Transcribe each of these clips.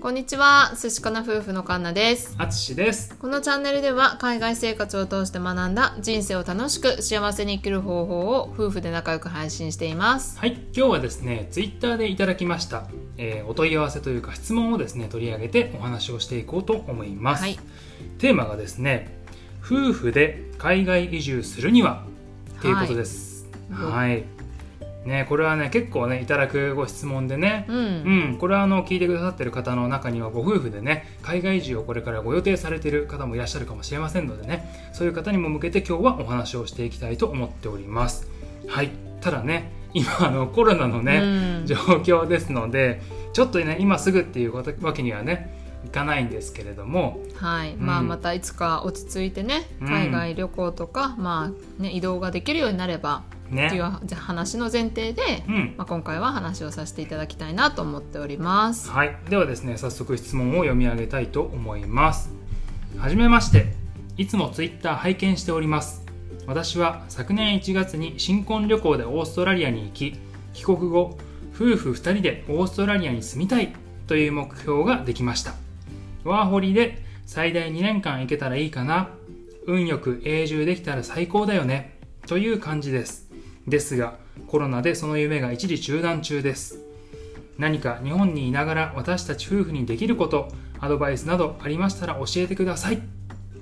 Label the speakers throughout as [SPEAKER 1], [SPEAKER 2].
[SPEAKER 1] こんにちは寿司かな夫婦のカンナです
[SPEAKER 2] あつしです。
[SPEAKER 1] このチャンネルでは海外生活を通して学んだ人生を楽しく幸せに生きる方法を夫婦で仲良く配信しています
[SPEAKER 2] はい、今日はですね、ツイッターでいただきました、えーお問い合わせというか質問をですね、取り上げてお話をしていこうと思います。
[SPEAKER 1] はい
[SPEAKER 2] テーマがですね、夫婦で海外移住するにはっていうことです。
[SPEAKER 1] は
[SPEAKER 2] はい。ね、これはね、結構ね、いただくご質問でね、
[SPEAKER 1] うん、
[SPEAKER 2] うん、これはあの聞いてくださってる方の中にはご夫婦でね海外移住をこれからご予定されている方もいらっしゃるかもしれませんのでねそういう方にも向けて今日はお話をしていきたいと思っておりますはいただね今あのコロナのね、
[SPEAKER 1] うん
[SPEAKER 2] 状況ですのでちょっとね今すぐっていうことわけにはねいかないんですけれども
[SPEAKER 1] はい、
[SPEAKER 2] ん
[SPEAKER 1] まあまたいつか落ち着いてね
[SPEAKER 2] うん
[SPEAKER 1] 海外旅行とか、まあね移動ができるようになればっていう
[SPEAKER 2] ね
[SPEAKER 1] はじゃあ話の前提で、
[SPEAKER 2] うん
[SPEAKER 1] まあ、今回は話をさせていただきたいなと思っております
[SPEAKER 2] はい、ではですね早速質問を読み上げたいと思いますはじめましていつもツイッター拝見しております私は昨年1月に新婚旅行でオーストラリアに行き帰国後夫婦2人でオーストラリアに住みたいという目標ができましたワーホリで最大2年間行けたらいいかな運よく永住できたら最高だよねという感じですですがコロナでその夢が一時中断中です何か日本にいながら私たち夫婦にできることアドバイスなどありましたら教えてください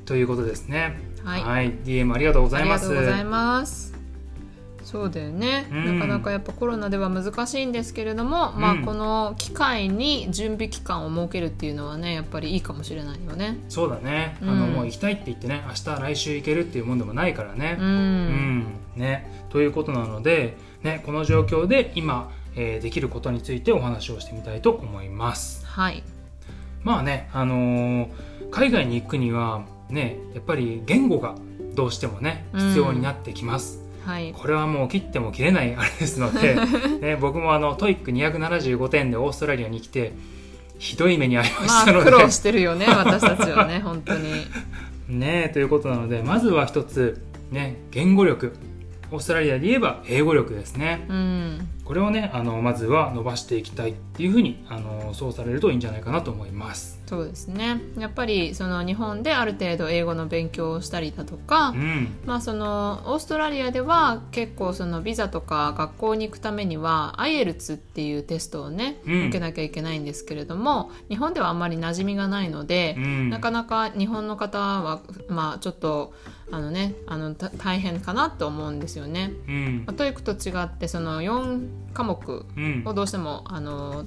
[SPEAKER 2] ということですね
[SPEAKER 1] はい
[SPEAKER 2] DM ありがとうござ
[SPEAKER 1] あ
[SPEAKER 2] い
[SPEAKER 1] り
[SPEAKER 2] ま
[SPEAKER 1] が
[SPEAKER 2] す
[SPEAKER 1] とうございますそうだよね、
[SPEAKER 2] うん
[SPEAKER 1] なかなかやっぱコロナでは難しいんですけれども、
[SPEAKER 2] うん
[SPEAKER 1] まあこの機会に準備期間を設けるっていうのはねやっぱりいいかもしれないよね
[SPEAKER 2] そうだね、
[SPEAKER 1] うん
[SPEAKER 2] あのもう行きたいって言ってね明日来週行けるっていうもんでもないからね
[SPEAKER 1] う、
[SPEAKER 2] うんんね、ということなので、ね、この状況で今、えーできることについてお話をしてみたいと思います。
[SPEAKER 1] はい
[SPEAKER 2] まあね、あのー海外に行くには、ね、やっぱり言語がどうしてもね必要になってきます。
[SPEAKER 1] はい
[SPEAKER 2] これはもう切っても切れないあれです ので、ね、僕もあのトイック275点でオーストラリアに来てひどい目に遭いま
[SPEAKER 1] ま
[SPEAKER 2] し
[SPEAKER 1] あ
[SPEAKER 2] たの
[SPEAKER 1] 苦
[SPEAKER 2] で、
[SPEAKER 1] 労してるよね私たちはね 本当に
[SPEAKER 2] ねえということなのでまずは一つ、ね、言語力オーストラリアで言えば英語力ですね。
[SPEAKER 1] うん
[SPEAKER 2] これをねあのまずは伸ばしていきたいっていうふうにあのそうされるといいんじゃないかなと思います。
[SPEAKER 1] そうですねやっぱりその日本である程度英語の勉強をしたりだとか、
[SPEAKER 2] うん、
[SPEAKER 1] まあ、そのオーストラリアでは結構そのビザとか学校に行くためには IELTS っていうテストをね、
[SPEAKER 2] うん
[SPEAKER 1] 受けなきゃいけないんですけれども日本ではあんまり馴染みがないので、
[SPEAKER 2] うん
[SPEAKER 1] なかなか日本の方は、まあ、ちょっとあの、ね、あのた大変かなと思うんですよね。
[SPEAKER 2] うん
[SPEAKER 1] まあ、トイックと違ってその4科目
[SPEAKER 2] うん
[SPEAKER 1] をどうしてもあの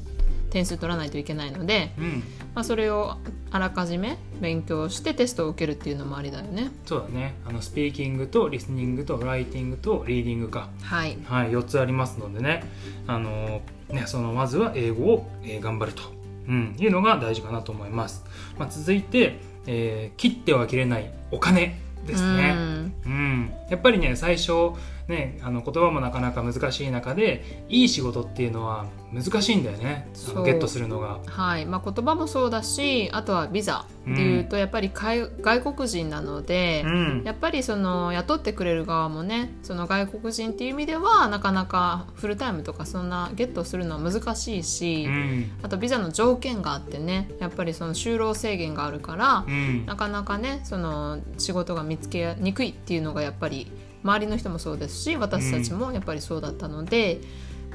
[SPEAKER 1] 点数取らないといけないので、
[SPEAKER 2] うん、
[SPEAKER 1] まあ、それをあらかじめ勉強してテストを受けるっていうのもありだよね。
[SPEAKER 2] そうだねあのスピーキングとリスニングとライティングとリーディングか、
[SPEAKER 1] はい、
[SPEAKER 2] はい、4つありますのでねあのねそのまずは英語を、えー頑張ると、うん、いうのが大事かなと思います。まあ、続いて、えー切っては切れないお金ですね。
[SPEAKER 1] うん
[SPEAKER 2] うん、やっぱりね最初ねあの言葉もなかなか難しい中でいい仕事っていうのは難しいんだよねあの
[SPEAKER 1] そう
[SPEAKER 2] ゲットするのが。
[SPEAKER 1] はいまあ、言葉もそうだしあとはビザっていうとやっぱり海外国人なので、
[SPEAKER 2] うん
[SPEAKER 1] やっぱりその雇ってくれる側もねその外国人っていう意味ではなかなかフルタイムとかそんなゲットするのは難しいし、
[SPEAKER 2] うん
[SPEAKER 1] あとビザの条件があってねやっぱりその就労制限があるから
[SPEAKER 2] う、ん
[SPEAKER 1] なかなかねその仕事が見つけにくいっていうのがやっぱり周りの人もそうですし私たちもやっぱりそうだったので、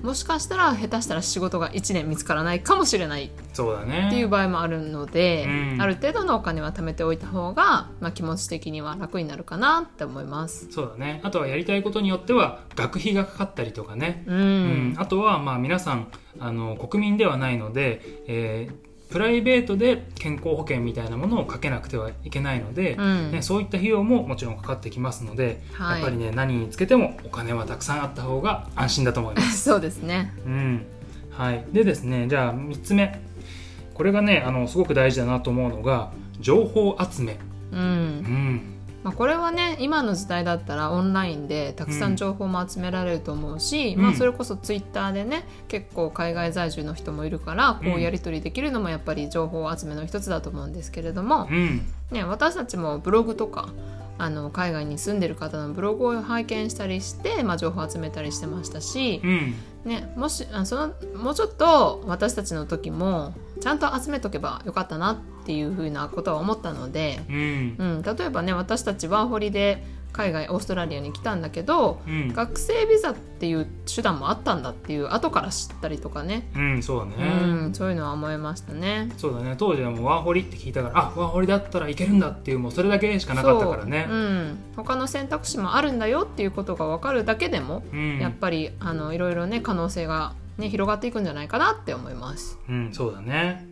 [SPEAKER 1] もしかしたら下手したら仕事が1年見つからないかもしれない
[SPEAKER 2] そうだね
[SPEAKER 1] っていう場合もあるので、
[SPEAKER 2] うん
[SPEAKER 1] ある程度のお金は貯めておいた方が、まあ、気持ち的には楽になるかなって思います。
[SPEAKER 2] そうだねあとはやりたいことによっては学費がかかったりとかね、
[SPEAKER 1] うん、
[SPEAKER 2] うんあとはまあ皆さんあの国民ではないので、えープライベートで健康保険みたいなものをかけなくてはいけないので、
[SPEAKER 1] うん
[SPEAKER 2] ね、そういった費用ももちろんかかってきますので、
[SPEAKER 1] はい
[SPEAKER 2] やっぱりね何につけてもお金はたくさんあった方が安心だと思いま す。
[SPEAKER 1] そうですね。
[SPEAKER 2] うんはい、でですねじゃあ3つ目これがねあのすごく大事だなと思うのが情報集め、
[SPEAKER 1] う
[SPEAKER 2] うんん
[SPEAKER 1] まあ、これはね今の時代だったらオンラインでたくさん情報も集められると思うし、
[SPEAKER 2] うん
[SPEAKER 1] まあ、それこそツイッターでね結構海外在住の人もいるからこうやり取りできるのもやっぱり情報集めの一つだと思うんですけれども、
[SPEAKER 2] うん
[SPEAKER 1] ね、私たちもブログとかあの海外に住んでる方のブログを拝見したりして、まあ、情報を集めたりしてましたし
[SPEAKER 2] う、ん
[SPEAKER 1] ね、もしあそのもうちょっと私たちの時もちゃんと集めとけばよかったなっていうふうなことは思ったので、
[SPEAKER 2] う
[SPEAKER 1] う
[SPEAKER 2] ん
[SPEAKER 1] ん、例えばね私たちワーホリで海外オーストラリアに来たんだけど
[SPEAKER 2] うん
[SPEAKER 1] 学生ビザっていう手段もあったんだっていう後から知ったりとかね、
[SPEAKER 2] うんそうだね、
[SPEAKER 1] うん、そういうのは思いましたね。
[SPEAKER 2] そうだね当時はもうワーホリって聞いたからあワーホリだったらいけるんだっていうもうそれだけしかなかったからね
[SPEAKER 1] そううん、他の選択肢もあるんだよっていうことが分かるだけでも、
[SPEAKER 2] うん
[SPEAKER 1] やっぱりあのいろいろね可能性が、ね、広がっていくんじゃないかなって思います。
[SPEAKER 2] うん、そうだね。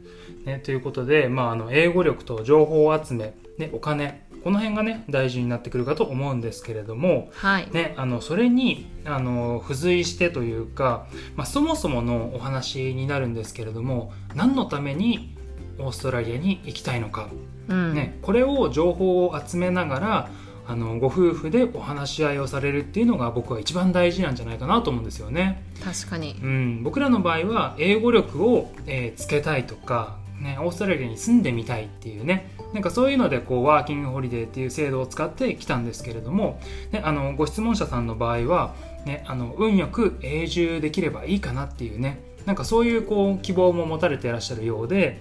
[SPEAKER 2] ねということで、まあ、あの英語力と情報集め、ね、お金この辺がね大事になってくるかと思うんですけれども、
[SPEAKER 1] はい、
[SPEAKER 2] ね、あのそれにあの付随してというか、まあ、そもそものお話になるんですけれども何のためにオーストラリアに行きたいのか、
[SPEAKER 1] うん
[SPEAKER 2] ね、これを情報を集めながらあのご夫婦でお話し合いをされるっていうのが僕は一番大事なんじゃないかなと思うんですよね。
[SPEAKER 1] 確かに、
[SPEAKER 2] うん、僕らの場合は英語力を、えーつけたいとか、ね、オーストラリアに住んでみたいっていうねなんかそういうのでこうワーキングホリデーっていう制度を使ってきたんですけれども、ね、あのご質問者さんの場合は、ね、あの運よく永住できればいいかなっていうねなんかそういうこう希望も持たれていらっしゃるようで、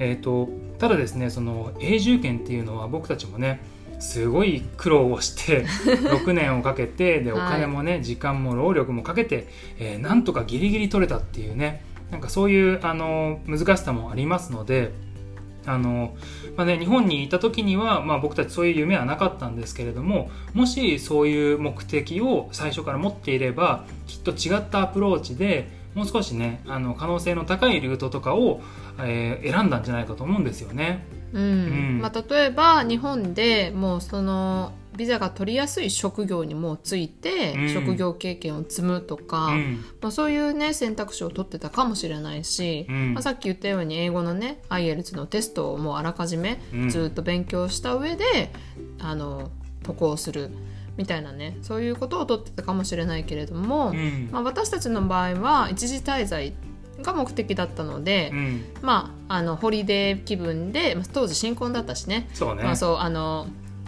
[SPEAKER 2] えー、とただですねその永住権っていうのは僕たちもねすごい苦労をして6年をかけてでお金もね、時間も労力もかけてえーなんとかギリギリ取れたっていうねなんかそういうあの難しさもありますのであの、まあね、日本にいた時には、まあ、僕たちそういう夢はなかったんですけれどももしそういう目的を最初から持っていればきっと違ったアプローチでもう少しねあの可能性の高いルートとかを、えー選んだんじゃないかと思うんですよね。
[SPEAKER 1] うん
[SPEAKER 2] ん
[SPEAKER 1] まあ、例えば日本でもうそのビザが取りやすい職業にもうついて、
[SPEAKER 2] うん
[SPEAKER 1] 職業経験を積むとか、
[SPEAKER 2] うん
[SPEAKER 1] まあ、そういうね選択肢を取ってたかもしれないし、
[SPEAKER 2] うん
[SPEAKER 1] まあ、さっき言ったように英語のね IELTS のテストをもうあらかじめ
[SPEAKER 2] うん
[SPEAKER 1] ずっと勉強した上で、あの渡航するみたいなねそういうことを取ってたかもしれないけれども、
[SPEAKER 2] うん
[SPEAKER 1] まあ、私たちの場合は一時滞在が目的だったので、
[SPEAKER 2] うん
[SPEAKER 1] まあ、あのホリデー気分で、まあ、当時新婚だったしね
[SPEAKER 2] そうね
[SPEAKER 1] まあ、そうあの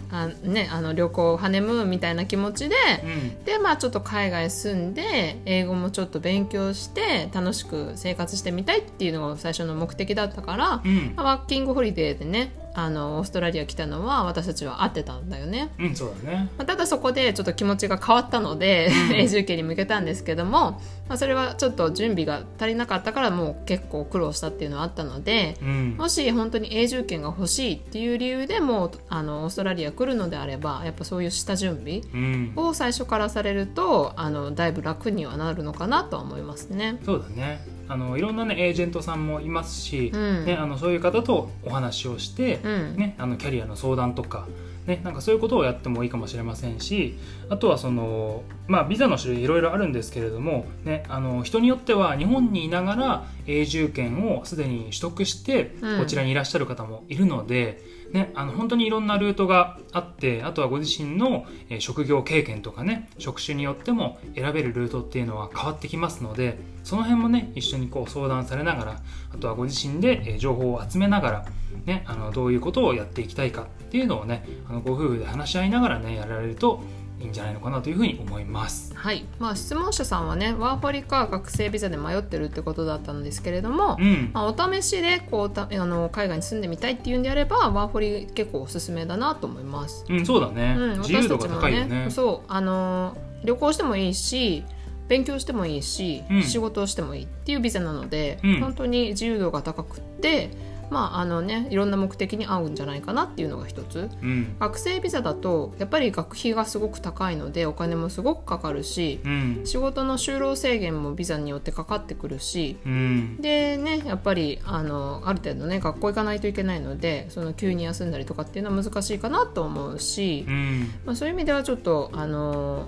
[SPEAKER 1] あねあの旅行ハネムーンみたいな気持ちで、
[SPEAKER 2] うん
[SPEAKER 1] でまあちょっと海外住んで英語もちょっと勉強して楽しく生活してみたいっていうのが最初の目的だったから、
[SPEAKER 2] うん
[SPEAKER 1] まあワーキングホリデーでねあのオーストラリア来たのは私たちは合ってたんだよね。
[SPEAKER 2] うん、そうだね。
[SPEAKER 1] まあただそこでちょっと気持ちが変わったので
[SPEAKER 2] うん
[SPEAKER 1] 永住権に向けたんですけども、まあ、それはちょっと準備が足りなかったからもう結構苦労したっていうのはあったので、
[SPEAKER 2] うん
[SPEAKER 1] もし本当に永住権が欲しいっていう理由でもうあのオーストラリア来るのであればやっぱそういう下準備
[SPEAKER 2] うん
[SPEAKER 1] を最初からされるとあのだいぶ楽にはなるのかなとは思いますね。
[SPEAKER 2] そうだねあのいろんなねエージェントさんもいますし、
[SPEAKER 1] うん
[SPEAKER 2] ね、あのそういう方とお話をして、
[SPEAKER 1] うん
[SPEAKER 2] ね、あのキャリアの相談とか,、ね、なんかそういうことをやってもいいかもしれませんしあとはその、まあ、ビザの種類いろいろあるんですけれども、ね、あの人によっては日本にいながら永住権をすでに取得して
[SPEAKER 1] うん
[SPEAKER 2] こちらにいらっしゃる方もいるので、ね、あの本当にいろんなルートがあってあとはご自身のえー職業経験とかね職種によっても選べるルートっていうのは変わってきますのでその辺もね一緒にこう相談されながらあとはご自身でえー情報を集めながら、ね、あのどういうことをやっていきたいかっていうのをねあのご夫婦で話し合いながらねやられるといいんじゃないのかなというふうに思います。
[SPEAKER 1] はいまあ、質問者さんはねワーホリか学生ビザで迷ってるってことだったんですけれども、
[SPEAKER 2] うん、
[SPEAKER 1] まあ、お試しでこうたあの海外に住んでみたいっていうんであればワーホリ結構おすすめだなと思います。
[SPEAKER 2] うん、そうだね、
[SPEAKER 1] うん、
[SPEAKER 2] 自由
[SPEAKER 1] 私
[SPEAKER 2] 度
[SPEAKER 1] た
[SPEAKER 2] が
[SPEAKER 1] ちも
[SPEAKER 2] 高いよね
[SPEAKER 1] ね。そうあのー旅行してもいいし勉強してもいいし、
[SPEAKER 2] うん
[SPEAKER 1] 仕事をしてもいいっていうビザなので、
[SPEAKER 2] うん
[SPEAKER 1] 本当に自由度が高くってまああのねいろんな目的に合うんじゃないかなっていうのが一つ
[SPEAKER 2] うん
[SPEAKER 1] 学生ビザだとやっぱり学費がすごく高いのでお金もすごくかかるし
[SPEAKER 2] うん
[SPEAKER 1] 仕事の就労制限もビザによってかかってくるし
[SPEAKER 2] うん
[SPEAKER 1] でねやっぱりあのある程度ね学校行かないといけないのでその急に休んだりとかっていうのは難しいかなと思うし、
[SPEAKER 2] うん
[SPEAKER 1] まあ、そういう意味ではちょっとあの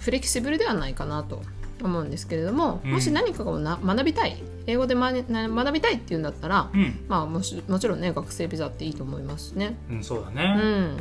[SPEAKER 1] フレキシブルではないかなと思うんですけれども、
[SPEAKER 2] うん
[SPEAKER 1] もし何かをな学びたい英語でまねな学びたいっていうんだったら、
[SPEAKER 2] うん
[SPEAKER 1] まあ、もしもちろんね学生ビザっていいと思いますね。
[SPEAKER 2] うん、そうだ
[SPEAKER 1] う
[SPEAKER 2] ね。
[SPEAKER 1] ん
[SPEAKER 2] う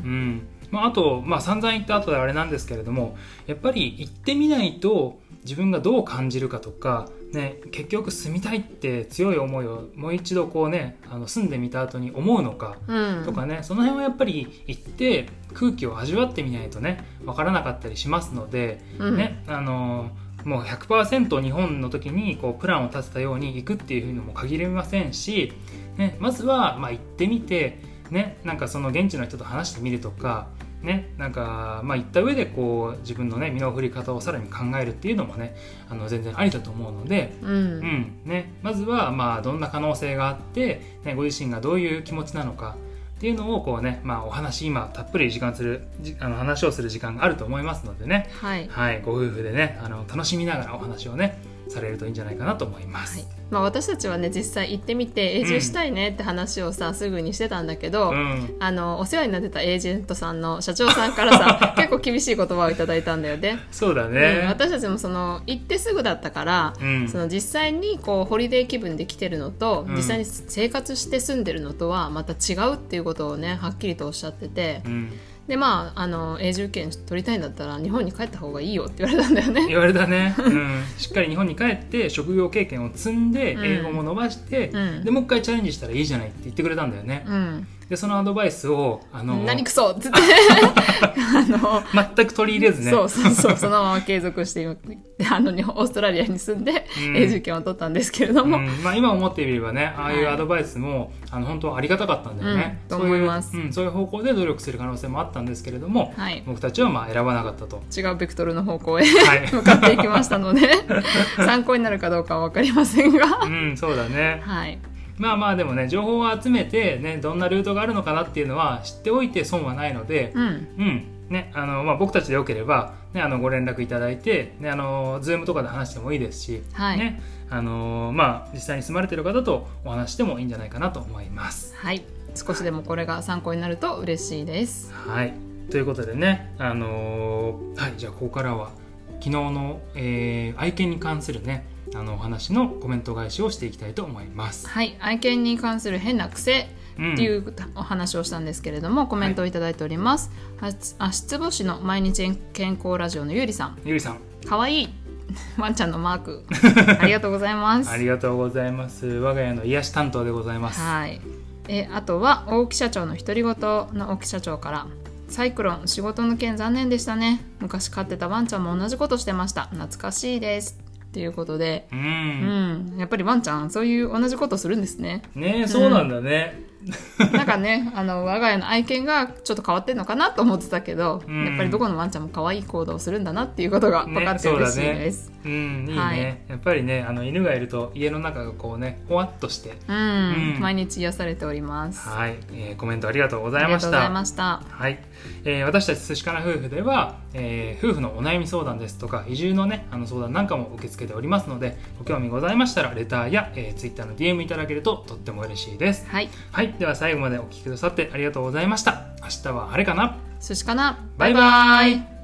[SPEAKER 2] んまあ、あと、まあ、散々言った後であれなんですけれどもやっぱり行ってみないと自分がどう感じるかとか、ね、結局住みたいって強い思いをもう一度こうねあの住んでみた後に思うのか
[SPEAKER 1] うん、
[SPEAKER 2] とかね、その辺はやっぱり行って空気を味わってみないとねわからなかったりしますので、
[SPEAKER 1] うん
[SPEAKER 2] ねあのもう100%日本の時にこうプランを立てたように行くっていうのも限りませんし、ね、まずはまあ行ってみて、ね、なんかその現地の人と話してみるとか、ね、なんかまあ行った上でこう自分の、ね、身の振り方をさらに考えるっていうのもねあの全然ありだと思うので、
[SPEAKER 1] う
[SPEAKER 2] うんんね、まずはまあどんな可能性があって、ね、ご自身がどういう気持ちなのかっていうのをこう、ねまあ、お話今たっぷり時間するじあの話をする時間があると思いますのでね、
[SPEAKER 1] はい、
[SPEAKER 2] はい、ご夫婦でねあの楽しみながらお話をねされるといいんじゃないかなと思います。
[SPEAKER 1] まあ、私たちはね実際行ってみて永住したいねって話をさすぐにしてたんだけど、
[SPEAKER 2] うん、
[SPEAKER 1] あのお世話になってたエージェントさんの社長さんからさ 結構厳しい言葉をいただいたんだよね。
[SPEAKER 2] そうだ
[SPEAKER 1] うん
[SPEAKER 2] ね。
[SPEAKER 1] 私たちもその行ってすぐだったから、
[SPEAKER 2] うん
[SPEAKER 1] その実際にこうホリデー気分で来てるのと、
[SPEAKER 2] うん
[SPEAKER 1] 実際に生活して住んでるのとはまた違うっていうことをねはっきりとおっしゃってて、
[SPEAKER 2] うん、
[SPEAKER 1] でまああの永住権取りたいんだったら日本に帰った方がいいよって言われたんだよね。
[SPEAKER 2] 言われ たね、うん、しっかり日本に帰って職業経験を積んで
[SPEAKER 1] うん
[SPEAKER 2] 英語も伸ばして、
[SPEAKER 1] うん
[SPEAKER 2] でもう一回チャレンジしたらいいじゃないって言ってくれたんだよね、
[SPEAKER 1] うん、
[SPEAKER 2] でそのアドバイスをあの
[SPEAKER 1] 何
[SPEAKER 2] 全
[SPEAKER 1] クソっ つってあの
[SPEAKER 2] く取り入れずね
[SPEAKER 1] そうそうそう、そのまま継続して、あの、日本オーストラリアに住んで
[SPEAKER 2] う、ん
[SPEAKER 1] 永住権を取ったんですけれども、
[SPEAKER 2] うんまあ、今思ってみればねああいう
[SPEAKER 1] はい
[SPEAKER 2] アドバイスも、あの本当ありがたかったんだよね、
[SPEAKER 1] うん
[SPEAKER 2] そう
[SPEAKER 1] と思
[SPEAKER 2] い
[SPEAKER 1] いうます
[SPEAKER 2] うん、そういう方向で努力する可能性もあったんですけれども、
[SPEAKER 1] はい
[SPEAKER 2] 僕たちはまあ選ばな かったと。
[SPEAKER 1] 違うベクトルの方向へ
[SPEAKER 2] はい
[SPEAKER 1] 向かっていきましたの で、参考になるかどうかは分かりません
[SPEAKER 2] う
[SPEAKER 1] が、
[SPEAKER 2] ん、そうだね
[SPEAKER 1] はい。
[SPEAKER 2] まあまあでもね情報を集めて、ね、どんなルートがあるのかなっていうのは知っておいて損はないので、
[SPEAKER 1] うん。
[SPEAKER 2] うんねあのまあ、僕たちでよければ、ね、あのご連絡いただいて、ね、あの Zoom とかで話してもいいですし、
[SPEAKER 1] はい
[SPEAKER 2] ねあのまあ、実際に住まれてる方とお話してもいいんじゃないかなと思います。
[SPEAKER 1] はい。少しでもこれが参考になると嬉しいです。
[SPEAKER 2] はい、ということでね、あのはい、じゃあここからは昨日の、えー愛犬に関するねあのお話のコメント返しをしていきたいと思います。
[SPEAKER 1] はい。愛犬に関する変な癖
[SPEAKER 2] うん
[SPEAKER 1] っていうお話をしたんですけれども、コメントをいただいております。足つぼしの毎日健康ラジオのゆうりさん。
[SPEAKER 2] ゆりさん
[SPEAKER 1] かわい いワンちゃんのマー クありがとうございます
[SPEAKER 2] ありがとうございます。我が家の癒し担当でございます。
[SPEAKER 1] はいえあとは大木社長の独り言の大木社長からサイクロン仕事の件残念でしたね昔飼ってたワンちゃんも同じことしてました懐かしいですということで
[SPEAKER 2] う、
[SPEAKER 1] うんんやっぱりワンちゃんそういう同じことするんです ね
[SPEAKER 2] ねえそうなんだね。
[SPEAKER 1] なんかねあの我が家の愛犬がちょっと変わってんのかなと思ってたけど、
[SPEAKER 2] うん
[SPEAKER 1] やっぱりどこのワンちゃんも可愛い行動をするんだなっていうことが分かって嬉しいです、
[SPEAKER 2] うん、いいね、
[SPEAKER 1] はい
[SPEAKER 2] やっぱりねあの犬がいると家の中がこうねほわっとして
[SPEAKER 1] うん
[SPEAKER 2] うん
[SPEAKER 1] 毎日癒されております
[SPEAKER 2] はい、えーコメントありがとうござ
[SPEAKER 1] あ
[SPEAKER 2] い
[SPEAKER 1] り
[SPEAKER 2] ま
[SPEAKER 1] がと
[SPEAKER 2] し
[SPEAKER 1] うござい
[SPEAKER 2] た
[SPEAKER 1] ました。
[SPEAKER 2] はい、えー私たち寿司かな夫婦では、えー夫婦のお悩み相談ですとか移住のねあの相談なんかも受け付けておりますのでご興味ございましたらレターや、えー、Twitter の DM いただけるととっても嬉しいです
[SPEAKER 1] はい、
[SPEAKER 2] はいでは最後までお聞きくださってありがとうございました明日は晴れかな
[SPEAKER 1] 寿司かな
[SPEAKER 2] バイバイ
[SPEAKER 1] イ